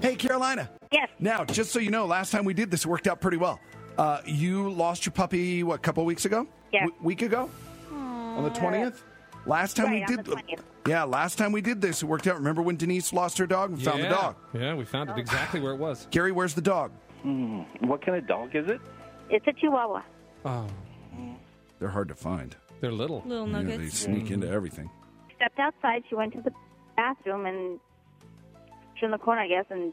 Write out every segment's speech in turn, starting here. Hey, Carolina. Yes. Now, just so you know, last time we did this worked out pretty well. Uh, you lost your puppy what couple weeks ago? Yeah. week ago. On the twentieth. Last time Right, we on did. the 20th. yeah, last time we did this, it worked out. Remember when Denise lost her dog and found the Yeah. dog? Yeah, we found it exactly where it was. Gary, where's the dog? What kind of dog is it? It's a chihuahua. Oh, They're hard to find. they're little. Little You know, they nuggets. sneak Mm. into everything. Stepped outside. She went to the bathroom and she in the corner, I guess. And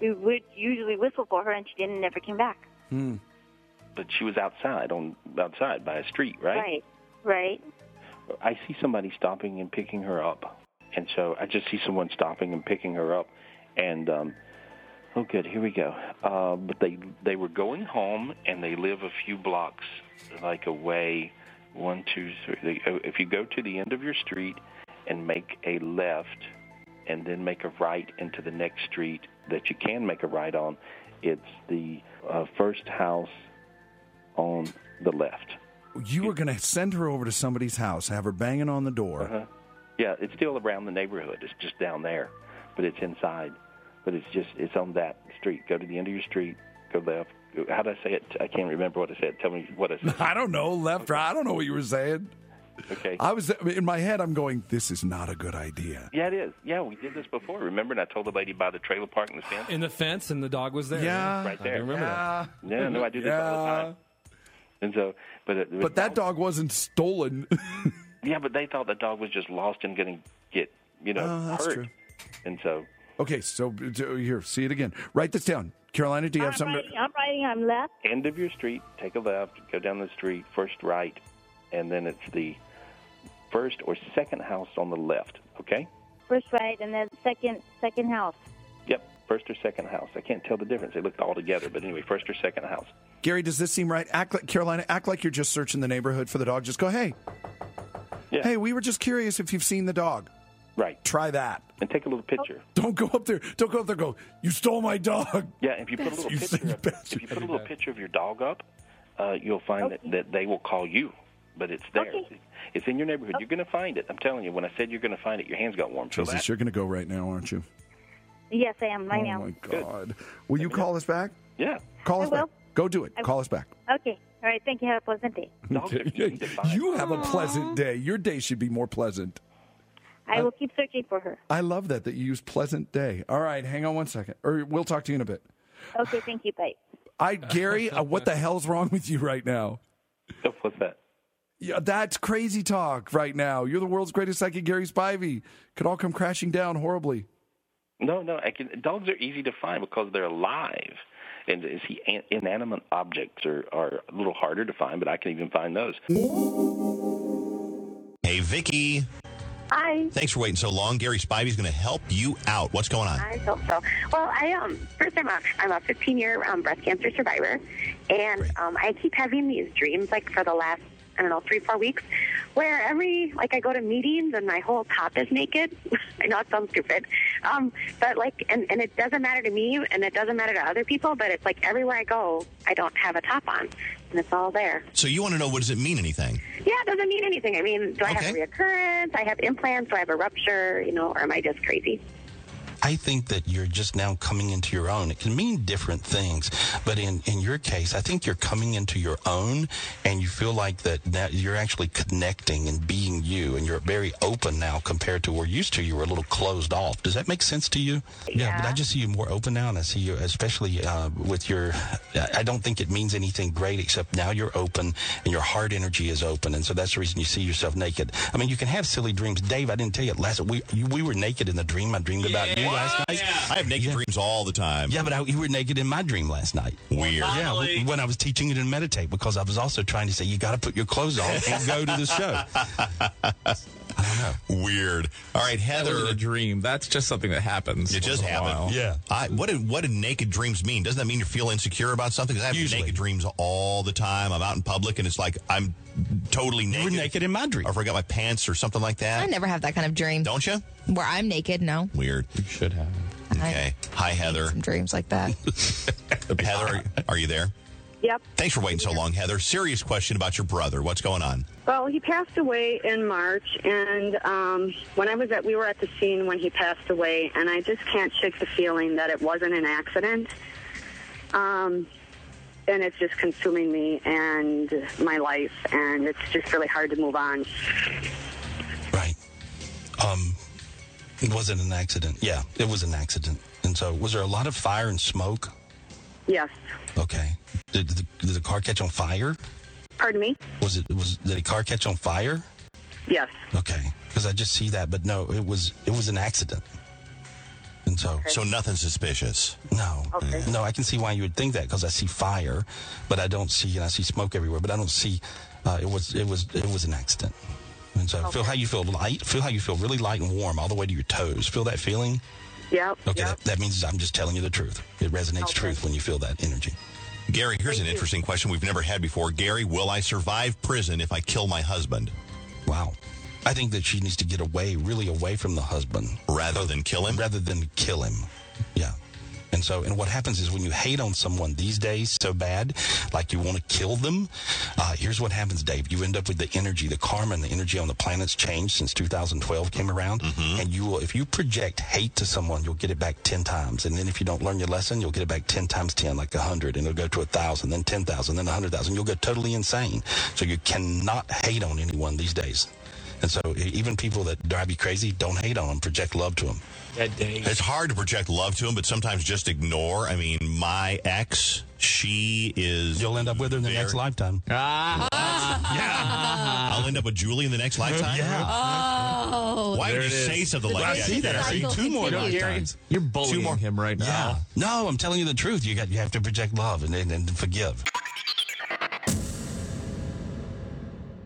we would usually whistle for her, and she didn't. Never came back. But she was outside on outside by a street, right? Right. Right. I see somebody stopping and picking her up, and so I just see someone stopping and picking her up, and um, oh, good, here we go. Uh, but they they were going home, and they live a few blocks like away. One, two, three. They, oh, if you go to the end of your street and make a left, and then make a right into the next street that you can make a right on, it's the uh, first house on the left. You were going to send her over to somebody's house, have her banging on the door. Uh-huh. Yeah, it's still around the neighborhood. It's just down there, but it's inside. But it's just it's on that street. Go to the end of your street. Go left. How did I say it? I can't remember what I said. Tell me what I said. I don't know, left, right. I don't know what you were saying. Okay. I was in my head. I'm going. This is not a good idea. yeah, it is. Yeah, we did this before. Remember? And I told the lady by the trailer park in the fence. In the fence, and the dog was there. Yeah. Right there. I remember that. Ah. Yeah, no, I do this all the Yeah. time. And so, but it, But that dog wasn't stolen. Yeah, but they thought the dog was just lost and going to get you know Oh, that's hurt. true. And so, okay, so uh, here, see it again. Write this down. Carolina, do you have I'm something? writing. I'm writing. I'm left. end of your street, take a left, go down the street, first right, and then it's the first or second house on the left. Okay? First right, and then second. Second house. Yep. First or second house. I can't tell the difference. They look all together, but anyway, first or second house. Gary, does this seem right? Act like Carolina, act like you're just searching the neighborhood for the dog. Just go, hey, Yeah. hey, we were just curious if you've seen the dog. Right. Try that. And take a little picture. Don't go up there. Don't go up there. and Go. You stole my dog. Yeah. If you put a little You picture, said of, bastard. if you put a little picture of your dog up, uh, you'll find that, that they will call you. But it's there. Okay. It's in your neighborhood. You're going to find it. I'm telling you. When I said you're going to find it, your hands got warm. Feel that? Jesus, you're gonna go right now, aren't you? Yes, I am right oh now. my God. Will you call us back? Yeah. Call I us back. will. Go do it. I- Call us back. Okay. All right. Thank you. Have a pleasant day. Dogs are easy to find. You have a pleasant day. Your day should be more pleasant. Uh, I will keep searching for her. I love that that you use pleasant day. All right, hang on one second, or we'll talk to you in a bit. Okay. Thank you. Bye. I Gary, uh, what the hell's wrong with you right now? What's that? Yeah, that's crazy talk right now. You're the world's greatest psychic, Gary Spivey. Could all come crashing down horribly. No, no. I can, dogs are easy to find because they're alive. And is he an, inanimate objects are, are a little harder to find, but I can even find those. Hey, Vicky. Hi. Thanks for waiting so long. Gary Spivey's going to help you out. What's going on? I hope so. Well, I um first I'm a I'm a 15 year um, breast cancer survivor, and um, I keep having these dreams like for the last I don't know three four weeks, where every like I go to meetings and my whole top is naked. I know it sounds stupid, um, but like and and it doesn't matter to me and it doesn't matter to other people, but it's like everywhere I go I don't have a top on and it's all there. So you want to know what does it mean anything? Yeah, it doesn't mean anything. I mean, do I have Okay. a reoccurrence? I have implants? Do I have a rupture? You know, or am I just crazy? I think that you're just now coming into your own. It can mean different things, but in, in your case, I think you're coming into your own and you feel like that, that you're actually connecting and being you and you're very open now compared to where used to you were a little closed off. Does that make sense to you? Yeah, but I just see you more open now and I see you, especially uh, with your, I I don't think it means anything great except now you're open and your heart energy is open. And so that's the reason you see yourself naked. I mean, you can have silly dreams. Dave, I didn't tell you last, we, you, we were naked in the dream I dreamed about you the last night. I have naked dreams all the time. Yeah, but I, you were naked in my dream last night. Weird. Yeah, w- when I was teaching you to meditate, because I was also trying to say you got to put your clothes on and go to the show. Weird. All right, That Heather. wasn't a dream. That's just something that happens. It just once in a while. happened. Yeah. I, what did what did naked dreams mean? Doesn't that mean you feel insecure about something? 'Cause I have naked dreams all the time. I'm out in public and it's like I'm totally naked. You were naked in my dream. I forgot my pants or something like that. I never have that kind of dream. Don't you? Where I'm naked, no. Weird. You should have. Okay. Hi, Heather. Some dreams like that. Heather, are, are you there? Yep. Thanks for waiting so long, Heather. Serious question about your brother. What's going on? Well, he passed away in March, and um, when I was at, we were at the scene when he passed away, and I just can't shake the feeling that it wasn't an accident. Um, and it's just consuming me and my life, and it's just really hard to move on. Um, it wasn't an accident. Yeah, it was an accident. And so, was there a lot of fire and smoke? Yes. Okay. Did the, did the car catch on fire? Pardon me? Was it was did the car catch on fire? Yes. Okay, because I just see that, but no, it was it was an accident. And so, So nothing suspicious. No, no, I can see why you would think that because I see fire, but I don't see, and I see smoke everywhere, but I don't see. Uh, it was it was it was an accident. And so, feel how you feel light. Feel how you feel really light and warm all the way to your toes. Feel that feeling. Yep. Okay, that, that means I'm just telling you the truth. It resonates truth when you feel that energy. Gary, here's an interesting question we've never had before. Gary, will I survive prison if I kill my husband? Wow. I think that she needs to get away, really away from the husband. Rather than kill him? Rather than kill him. Yeah. And so, and what happens is when you hate on someone these days so bad, like you want to kill them, uh, here's what happens, Dave. You end up with the energy, the karma and the energy on the planet's changed since 2012 came around. And you will, if you project hate to someone, you'll get it back 10 times. And then if you don't learn your lesson, you'll get it back 10 times 10, like 100, and it'll go to 1,000, then 10,000, then 100,000. You'll go totally insane. So you cannot hate on anyone these days. And so e- even people that drive you crazy, don't hate on them, project love to them. It's hard to project love to him, but sometimes just ignore. I mean, my ex, she is. You'll end up with her in the next lifetime. Ah. Yeah. I'll end up with Julie in the next Uh-huh. lifetime. Yeah. Oh. Why would you say something like that? Gary? You're bullying Two more- him right now. No, I'm telling you the truth. You got you have to project love and and, and forgive.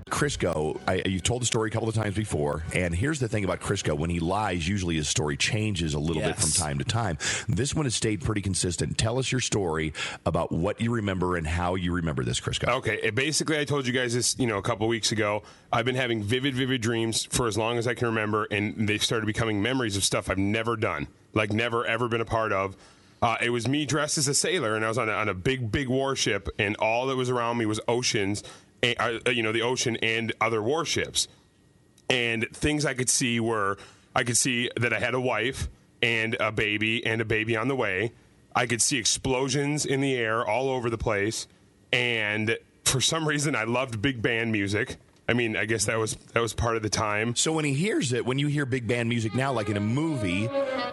Crisco, I, you've told the story a couple of times before, and here's the thing about Crisco: when he lies, usually his story changes a little bit from time to time. This one has stayed pretty consistent. Tell us your story about what you remember and how you remember this, Crisco. Okay, it- basically, I told you guys this, you know, a couple weeks ago. I've been having vivid, vivid dreams for as long as I can remember, and they've started becoming memories of stuff I've never done, like never ever been a part of. Uh, it was me dressed as a sailor, and I was on a, on a big, big warship, and all that was around me was oceans, and, uh, you know, the ocean and other warships and things I could see were I could see that I had a wife and a baby and a baby on the way. I could see explosions in the air all over the place, and for some reason, I loved big band music. I mean, I guess that was that was part of the time. So when he hears it, when you hear big band music now, like in a movie,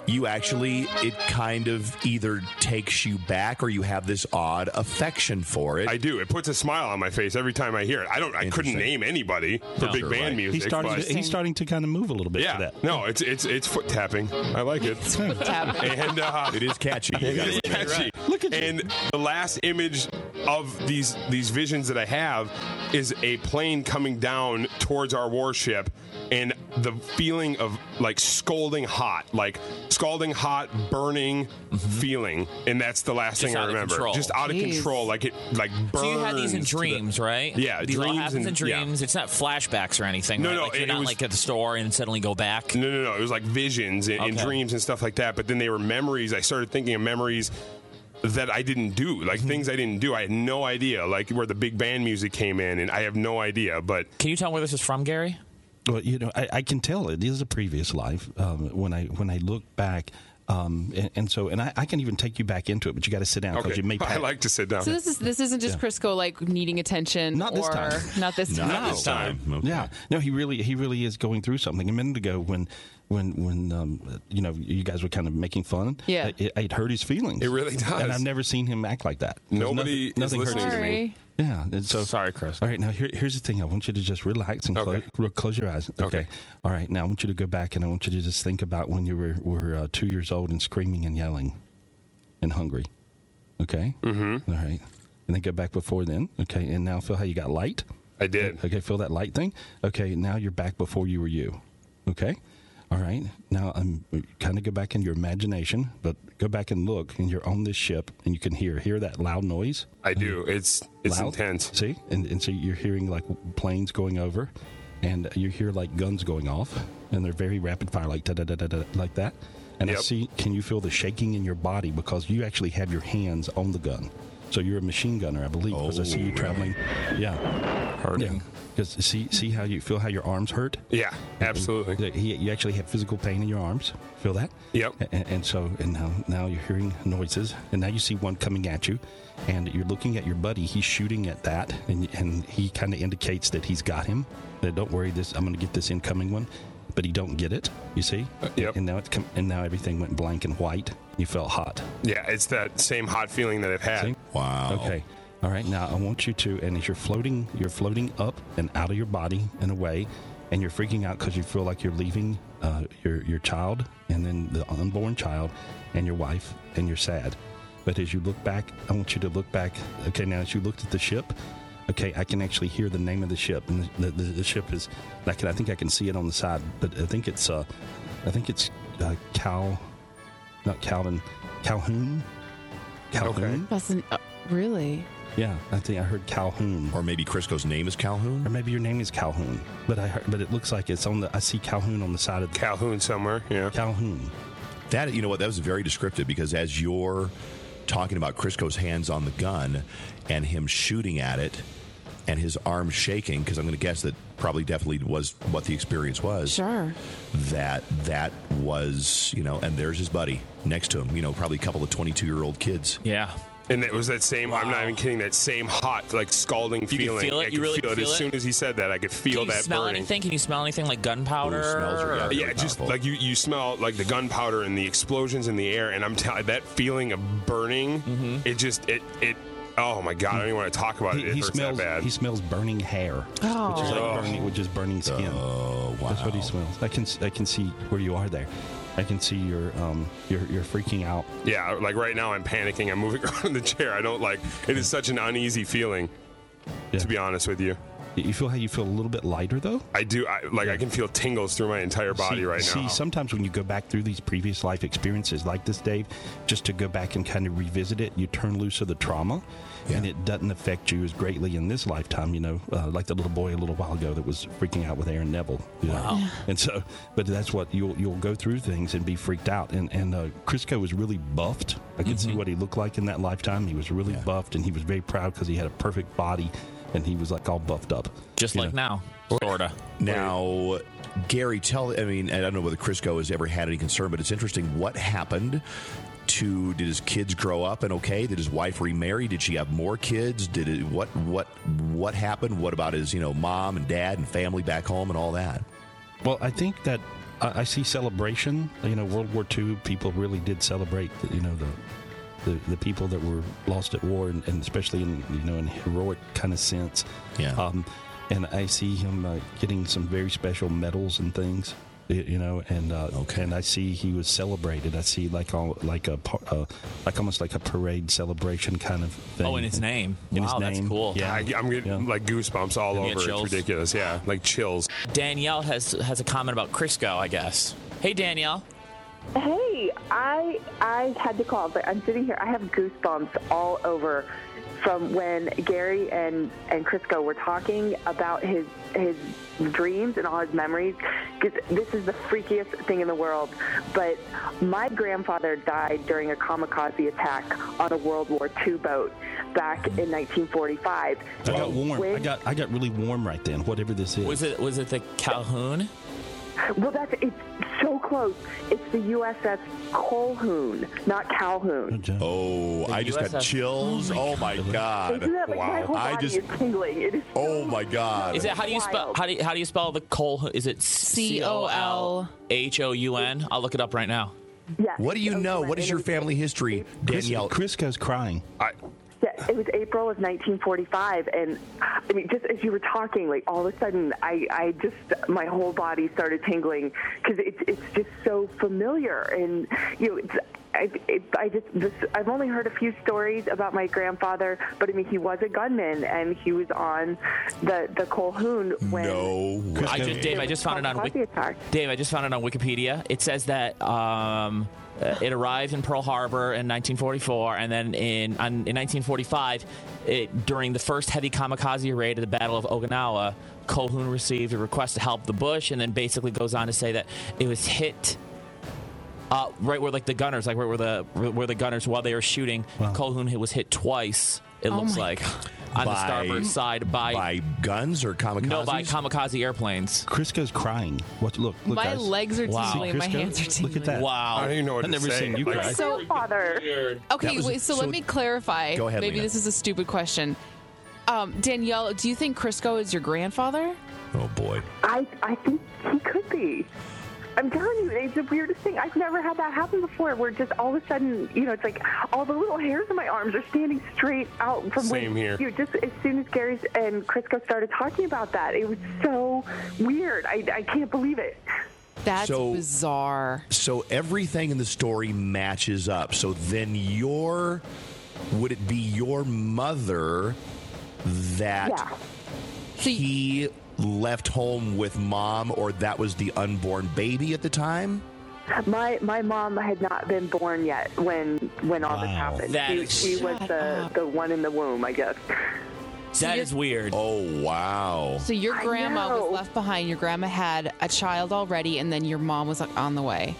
you actually, it kind of either takes you back or you have this odd affection for it. I do. It puts a smile on my face every time I hear it. I don't. I couldn't Interesting. name anybody for No. big Sure, band right. music. He started- but- he's starting to kind of move a little bit. Yeah. No, it's it's it's foot tapping. I like it. It's foot tapping. And uh, it is catchy. You It gotta is admit. catchy. Look at and the last image of these these visions that I have is a plane coming down towards our warship, and the feeling of like scalding hot, like scalding hot, burning feeling, and that's the last Just thing out I of remember. control. Just out of Jeez. control, like it like burns. So you had these in to the- dreams, right? Yeah, these all dreams happens in and- yeah. dreams. It's not flashbacks or anything. No, right? no, like you're it- it not was- like at the store and suddenly go back. No, no, no. It was like visions and, and Okay. dreams and stuff like that. But then they were memories. I started thinking of memories that I didn't do, like Mm-hmm. things I didn't do. I had no idea, like where the big band music came in, and I have no idea. But can you tell where this is from, Gary? Well, you know, I, I can tell it is a previous life um, when I when I look back, um, and, and so and I, I can even take you back into it, but you got to sit down because Okay. you may. I like to sit down. So this is this isn't just Crisco like needing attention. Not or, this time. Not this time. Yeah, no, he really he really is going through something. A minute ago, when when when um, you know you guys were kind of making fun. Yeah. it, it hurt his feelings. It really does. And I've never seen him act like that. There's Nobody is nothing, nothing listening hurts to his me. yeah. And so sorry, Chris. All right, now here, here's the thing. I want you to just relax and close, close your eyes. Okay. All right. Now I want you to go back and I want you to just think about when you were were uh, two years old and screaming and yelling, and hungry. Okay. Mm-hmm. All right. And then go back before then. Okay. And now feel how you got light. I did. Okay. Feel that light thing. Okay. Now you're back before you were you. Okay. All right. Now I'm kind of go back in your imagination, but go back and look, and you're on this ship, and you can hear hear that loud noise. I do. It's it's Loud. intense. See, and, and so you're hearing like planes going over, and you hear like guns going off, and they're very rapid fire, like da da da da da, like that. And I Yep. see, can you feel the shaking in your body because you actually have your hands on the gun, so you're a machine gunner, I believe, because I see Oh, you traveling. Yeah, hurting. Because see, see how you feel how your arms hurt. Yeah, absolutely. He, you actually have physical pain in your arms. Feel that? Yep. And, and so, and now, now you're hearing noises, and now you see one coming at you, and you're looking at your buddy. He's shooting at that, and and he kind of indicates that he's got him. That don't worry, this I'm going to get this incoming one, but he don't get it. You see? Uh, yep. And now it's com- and now everything went blank and white. You felt hot. Yeah, it's that same hot feeling that I've had. Wow. Okay. All right. Now I want you to, and as you're floating, you're floating up and out of your body in a way, and you're freaking out because you feel like you're leaving uh, your your child, and then the unborn child, and your wife, and you're sad. But as you look back, I want you to look back. Okay. Now as you looked at the ship. Okay, I can actually hear the name of the ship, and the, the, the ship is. I can, I think I can see it on the side, but I think it's. Uh, I think it's uh, Cal, not Calvin, Calhoun. Calhoun. Wasn't uh, really. Yeah, I think I heard Calhoun. Or maybe Crisco's name is Calhoun. Or maybe your name is Calhoun. But I heard, but it looks like it's on the. I see Calhoun on the side of the. Calhoun somewhere. Yeah. Calhoun. That you know what that was very descriptive because as you're talking about Crisco's hands on the gun and him shooting at it and his arm shaking because I'm going to guess that probably definitely was what the experience was. Sure. That that was you know and there's his buddy next to him you know probably a couple of 22 year old kids. Yeah. And it was that same. I'm not even kidding. That same hot, like scalding could feeling. feel it? I You could really feel it. could As feel soon it? as he said that, I could feel Can you that smell burning. anything? Can you smell anything like gunpowder? or- yeah, just like you, you smell like the gunpowder and the explosions in the air, and I'm telling that feeling of burning. Mm-hmm. It just it it. Oh my god, I don't even want to talk about it. He, It he hurts smells. that bad. He smells burning hair, which is Oh. like burning, which is burning skin. Oh wow! That's what he smells. I can I can see where you are there. I can see your um you're you're freaking out. Yeah, like right now I'm panicking. I'm moving around in the chair. I don't like. It is such an uneasy feeling. To be honest with you, You feel how you feel a little bit lighter though. I do. I, like I can feel tingles through my entire body see, right see, now. sometimes when you go back through these previous life experiences like this, Dave, just to go back and kind of revisit it, you turn loose of the trauma, and it doesn't affect you as greatly in this lifetime. You know, uh, like the little boy a little while ago that was freaking out with Aaron Neville. you know. Wow. Yeah. And so, but that's what you'll you'll go through things and be freaked out. And and uh, Crisco was really buffed. I could see what he looked like in that lifetime. He was really buffed, and he was very proud because he had a perfect body, and he was like all buffed up. Just like now. Sorta. Now, Gary, tell. I mean, I don't know whether Crisco has ever had any concern, but it's interesting what happened. To did his kids grow up and okay? Did his wife remarry? Did she have more kids? Did it what what what happened? What about his you know mom and dad and family back home and all that? Well, I think that I, I see celebration. You know, World War II people really did celebrate. The, you know, the, the the people that were lost at war, and, and especially in you know in heroic kind of sense. Yeah. Um, and I see him uh, getting some very special medals and things. y- You know, and uh, and I see he was celebrated. I see like all, like a par- uh, like almost like a parade celebration kind of thing. Oh, in his name. In wow, his name. that's cool. Yeah, I, I'm getting like goosebumps all You get over. It's chills? ridiculous. Yeah, like chills. Danielle has has a comment about Crisco, I guess. Hey, Danielle. Hey, I I had to call, but I'm sitting here. I have goosebumps all over from when Gary and and Crisco were talking about his his dreams and all his memories. 'Cause this is the freakiest thing in the world. But my grandfather died during a kamikaze attack on a World War II boat back in 1945. I got warm. I got I got really warm right then. Whatever this is. Oh, Was it was it the Calhoun? Well, that's it's so close. It's the USS Colhoun, not Calhoun. Oh, I just got USS. chills. Oh my god! Isn't that like my whole I body just. is tingling? It is Oh my god! Is it how do you spell how do you, how do you spell the Col? Is it C O L H O U N? I'll look it up right now. What do you know? What is your family history, Danielle? Crisco's crying. I, Yeah, it was April of 1945, and I mean, just as you were talking, like all of a sudden, I, I just my whole body started tingling because it's it's just so familiar, and you know, it's, I it, I just this, I've only heard a few stories about my grandfather, but I mean, he was a gunman, and he was on the the Colhoun when no, I just Dave, I just found it on Wik- Dave, I just found it on Wikipedia. It says that um, uh, it arrived in Pearl Harbor in 1944, and then in on, in 1945, it, during the first heavy kamikaze raid at the Battle of Okinawa, Colhoun received a request to help the Bush, and then basically goes on to say that it was hit. Uh, right where like the gunners, like right where the where the gunners while they were shooting, Colhoun was hit twice. It Oh looks my like on the By- starboard side by by guns or kamikazes. No, by kamikaze airplanes. Crisco's crying. What? Look, look. My guys. legs are See tingling, my Crisco? hands are Look at that. tingling. Wow. I don't even know what I've to never say. seen you Like- cry. So- father. Okay, wait, so, let me clarify. Go ahead, Maybe Lena. this is a stupid question. Um, Danielle, do you think Crisco is your grandfather? Oh boy. I I think he could be. I'm telling you, it's the weirdest thing. I've never had that happen before. Where just all of a sudden, you know, it's like all the little hairs on my arms are standing straight out from Same when, here. You know, just as soon as Gary's and Crisco started talking about that, it was so weird. I, I can't believe it. That's so, bizarre. So everything in the story matches up. So then your would it be your mother that he left home with mom or that was the unborn baby at the time? My my mom had not been born yet when when all this happened. That she, is- she was Shut the, the one in the womb, I guess. That is weird. Oh wow. So your I grandma know. was left behind. Your grandma had a child already, and then your mom was like, on the way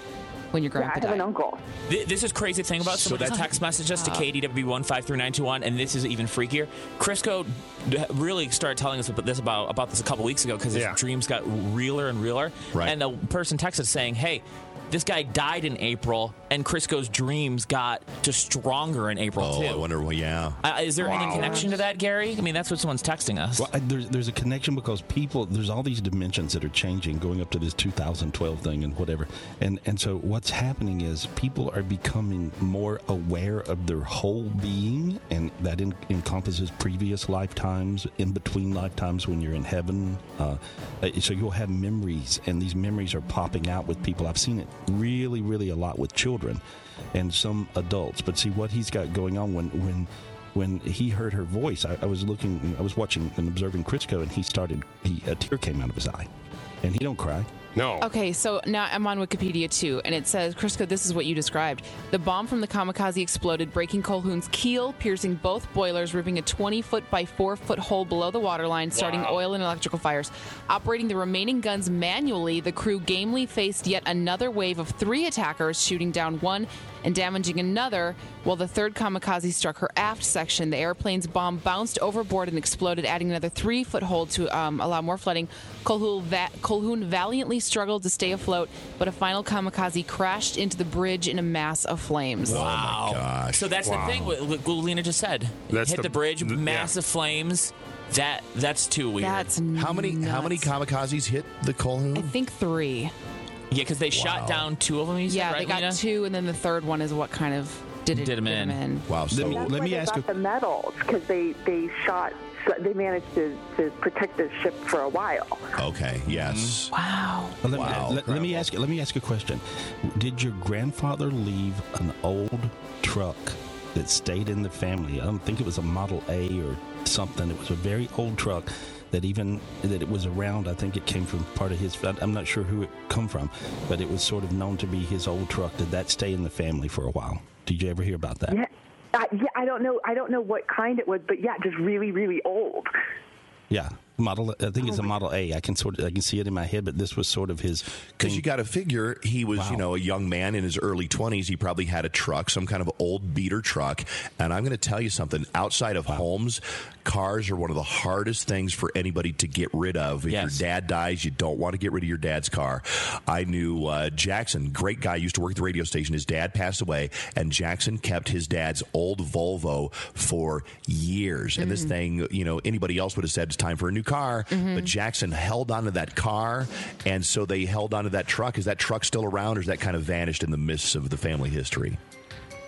when your grandpa died. uncle. Th- This is crazy thing about somebody that text messaged us to KDW153921, and this is even freakier. Crisco d- really started telling us about this about, about this a couple weeks ago because his dreams got realer and realer. Right. And the person texted us saying, "Hey, this guy died in April, and Crisco's dreams got just stronger in April Oh, too." I wonder. Well, yeah. Uh, is there any Wow. connection to that, Gary? I mean, that's what someone's texting us. Well, I- there's, there's a connection because people, there's all these dimensions that are changing, going up to this 2012 thing and whatever. And and so what's happening is people are becoming more aware of their whole being, and that en- encompasses previous lifetimes, in between lifetimes when you're in heaven. Uh, uh, so you'll have memories, and these memories are popping out with people. I've seen it really, really a lot with children, and some adults. But see what he's got going on when when when he heard her voice, I, I was looking, I was watching and observing Crisco, and he started, he, a tear came out of his eye, and he don't cry. No. Okay, so now I'm on Wikipedia too, and it says, Crisco, this is what you described. The bomb from the kamikaze exploded, breaking Colhoun's keel, piercing both boilers, ripping a 20 foot by 4 foot hole below the waterline, starting Wow. oil and electrical fires. Operating the remaining guns manually, the crew gamely faced yet another wave of three attackers, shooting down one and damaging another, while the third kamikaze struck her aft section. The airplane's bomb bounced overboard and exploded, adding another three foot hole to um, allow more flooding. Colhoun, va- Colhoun valiantly struggled to stay afloat, but a final kamikaze crashed into the bridge in a mass of flames. Oh, Wow. So that's Wow. the thing. What, what Lena just said. That's Hit the- the, bridge, th- yeah. massive flames. That that's too weird. That's How many how many kamikazes hit the Colhoun? I think three. Yeah, because they shot down two of them. You said, yeah, right, they got Lena? two, and then the third one is what kind of did it, Did 'em did 'em in. Wow. Let me, let me ask. got the medals because they they shot. They managed to, to protect the ship for a while. Okay. Yes. Wow. Let, me- let- let me ask. Let me ask a question. Did your grandfather leave an old truck that stayed in the family? I don't think it was a Model A or something. It was a very old truck that even that it was around. I think it came from part of his. I'm not sure who it come from, but it was sort of known to be his old truck. Did that stay in the family for a while? Did you ever hear about that? Yeah, I, yeah, I don't know. I don't know what kind it was, but yeah, just really, really old. Yeah. Model, I think Oh, it's a Model A. I can sort of, I can see it in my head, but this was sort of his. Because you got to figure he was, you know, a young man in his early 20s. He probably had a truck, some kind of old beater truck. And I'm going to tell you something outside of homes, cars are one of the hardest things for anybody to get rid of. If your dad dies, you don't want to get rid of your dad's car. I knew uh, Jackson, great guy, used to work at the radio station. His dad passed away, and Jackson kept his dad's old Volvo for years. And this Mm-hmm. Mhm. thing, you know, anybody else would have said it's time for a new car, but Jackson held onto that car, and so they held onto that truck. Is that truck still around, or is that kind of vanished in the midst of the family history?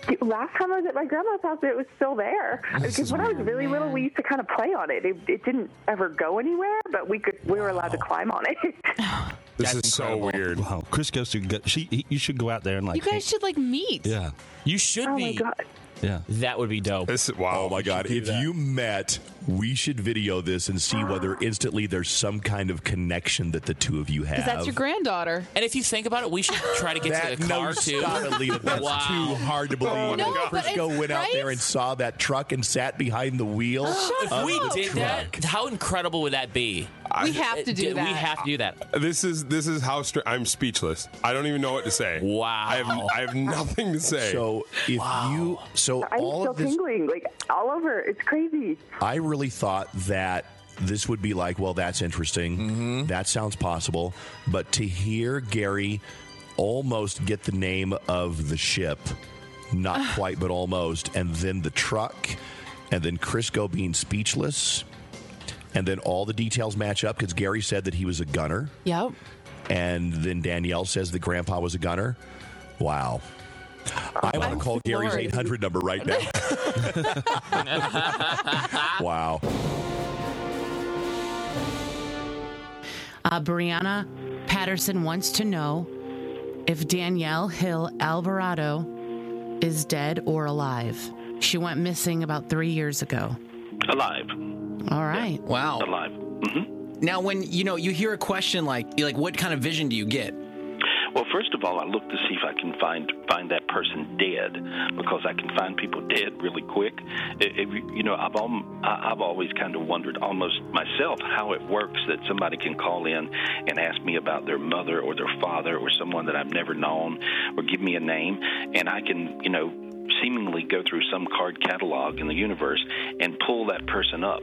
Dude, Last time I was at my grandma's house, it was still there. Because when I was really little, we used to kind of play on it. It, it didn't ever go anywhere, but we could we were allowed to climb on it. This is so weird. Wow, Chris goes to. Go, she, he, you should go out there and like. you guys should like meet. yeah, you should Oh my be. god. yeah. That would be dope. This wow. Oh my God! If you met, we should video this and see whether instantly there's some kind of connection that the two of you have. Because that's your granddaughter. And if you think about it, we should try to get to the no, car too. stop it, Lita. That's wow. too hard to believe. Oh, my No, God. but Frisco it's- went out there right? and saw that truck and sat behind the wheel. if of we the did truck. that, how incredible would that be? We have to do We that. have to do that. This is this is how str- I'm speechless. I don't even know what to say. Wow. I have I have nothing to say. So if you so I'm all still of this, tingling like all over. It's crazy. I really thought that this would be like, well, that's interesting. That sounds possible, but to hear Gary almost get the name of the ship, not quite, but almost, and then the truck, and then Crisco being speechless, and then all the details match up because Gary said that he was a gunner. Yep. and then Danielle says the grandpa was a gunner. Wow. I want to call Gary's floored. 800 number right now. wow. Uh, Brianna Patterson wants to know if Danielle Hill Alvarado is dead or alive. She went missing about three years ago. Alive. All right. Wow. Alive. hmm Now, when you know you hear a question like like what kind of vision do you get? Well, first of all, I look to see if I can find find that person dead because I can find people dead really quick. It, it, you know, I've al- I- I've always kind of wondered almost myself how it works that somebody can call in and ask me about their mother or their father or someone that I've never known or give me a name, and I can you know seemingly go through some card catalog in the universe and pull that person up.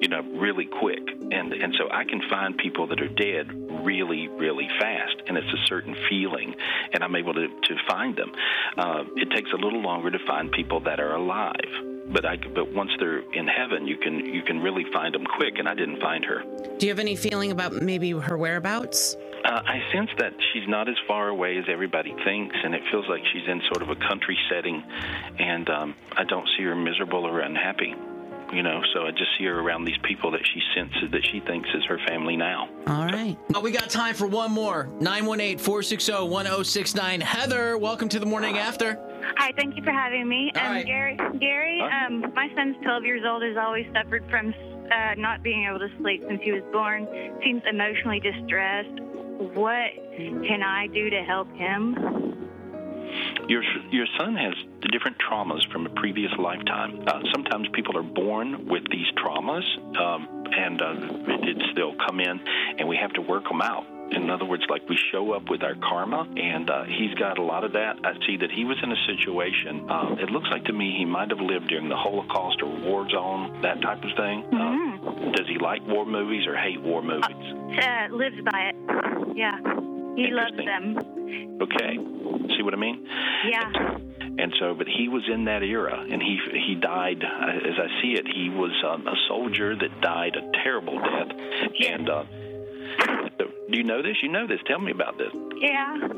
you know, really quick. And and so I can find people that are dead really, really fast, and it's a certain feeling, and I'm able to to find them. Uh, it takes a little longer to find people that are alive, but I but once they're in heaven, you can you can really find them quick. And I didn't find her. Do you have any feeling about maybe her whereabouts? Uh, I sense that she's not as far away as everybody thinks, and it feels like she's in sort of a country setting, and um, I don't see her miserable or unhappy. You know, so I just see her around these people that she senses that she thinks is her family now. All right. Oh, we got time for one more. 918 460 1069. Heather, welcome to the morning after. Hi, thank you for having me. Um, Gary, Gary, um, my son's 12 years old. Has always suffered from uh, not being able to sleep since he was born. Seems emotionally distressed. What can I do to help him? Your your son has different traumas from a previous lifetime. Uh, sometimes people are born with these traumas, um, and uh, it, it's they'll come in, and we have to work them out. In other words, like we show up with our karma, and uh, he's got a lot of that. I see that he was in a situation. Um, it looks like to me he might have lived during the Holocaust or war zone, that type of thing. Uh, does he like war movies or hate war movies? Uh, lives by it. Yeah, he loves them. Okay, see what I mean? Yeah. and so but he was in that era and he he died uh, as i see it he was um, a soldier that died a terrible death and uh, so- do you know this you know this tell me about this Yeah,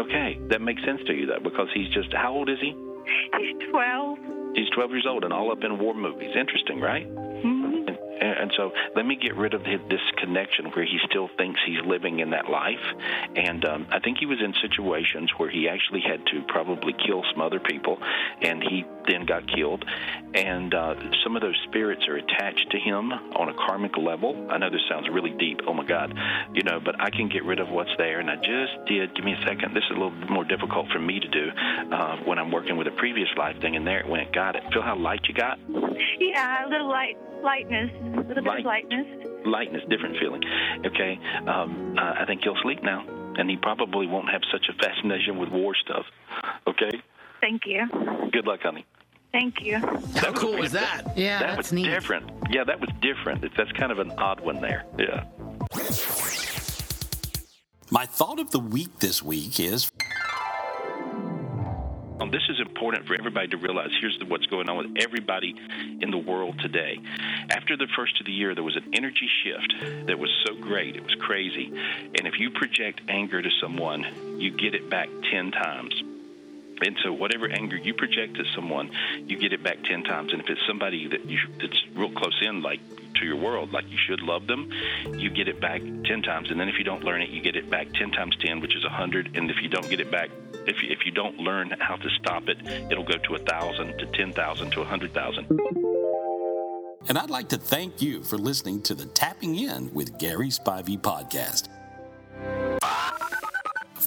okay that makes sense to you though because he's just how old is he he's 12. he's 12 years old and all up in war movies interesting right Mhm. and, and so let me get rid of his, this connection where he still thinks he's living in that life. And um, I think he was in situations where he actually had to probably kill some other people, and he then got killed. And uh, some of those spirits are attached to him on a karmic level. I know this sounds really deep. Oh my God, you know, but I can get rid of what's there. And I just did. Give me a second. This is a little more difficult for me to do uh, when I'm working with a previous life thing. And there it went. Got it. Feel how light you got. Yeah, a little light, lightness, a little bit of Light. lightness. lightness, different feeling. Okay, um, uh, I think he'll sleep now, and he probably won't have such a fascination with war stuff. Okay, Thank you. good luck, honey. Thank you. How cool was that? Yeah, that was different. Yeah, that was different. That's kind of an odd one there. Yeah. My thought of the week this week is Um, this is important for everybody to realize. Here's the, what's going on with everybody in the world today. After the first of the year, there was an energy shift that was so great, it was crazy. And if you project anger to someone, you get it back 10 times. And so, whatever anger you project at someone, you get it back ten times. And if it's somebody that you, that's real close in, like to your world, like you should love them, you get it back ten times. And then if you don't learn it, you get it back ten times ten, which is a hundred. And if you don't get it back, if you, if you don't learn how to stop it, it'll go to a thousand, to ten thousand, to a hundred thousand. And I'd like to thank you for listening to the Tapping In with Gary Spivey podcast.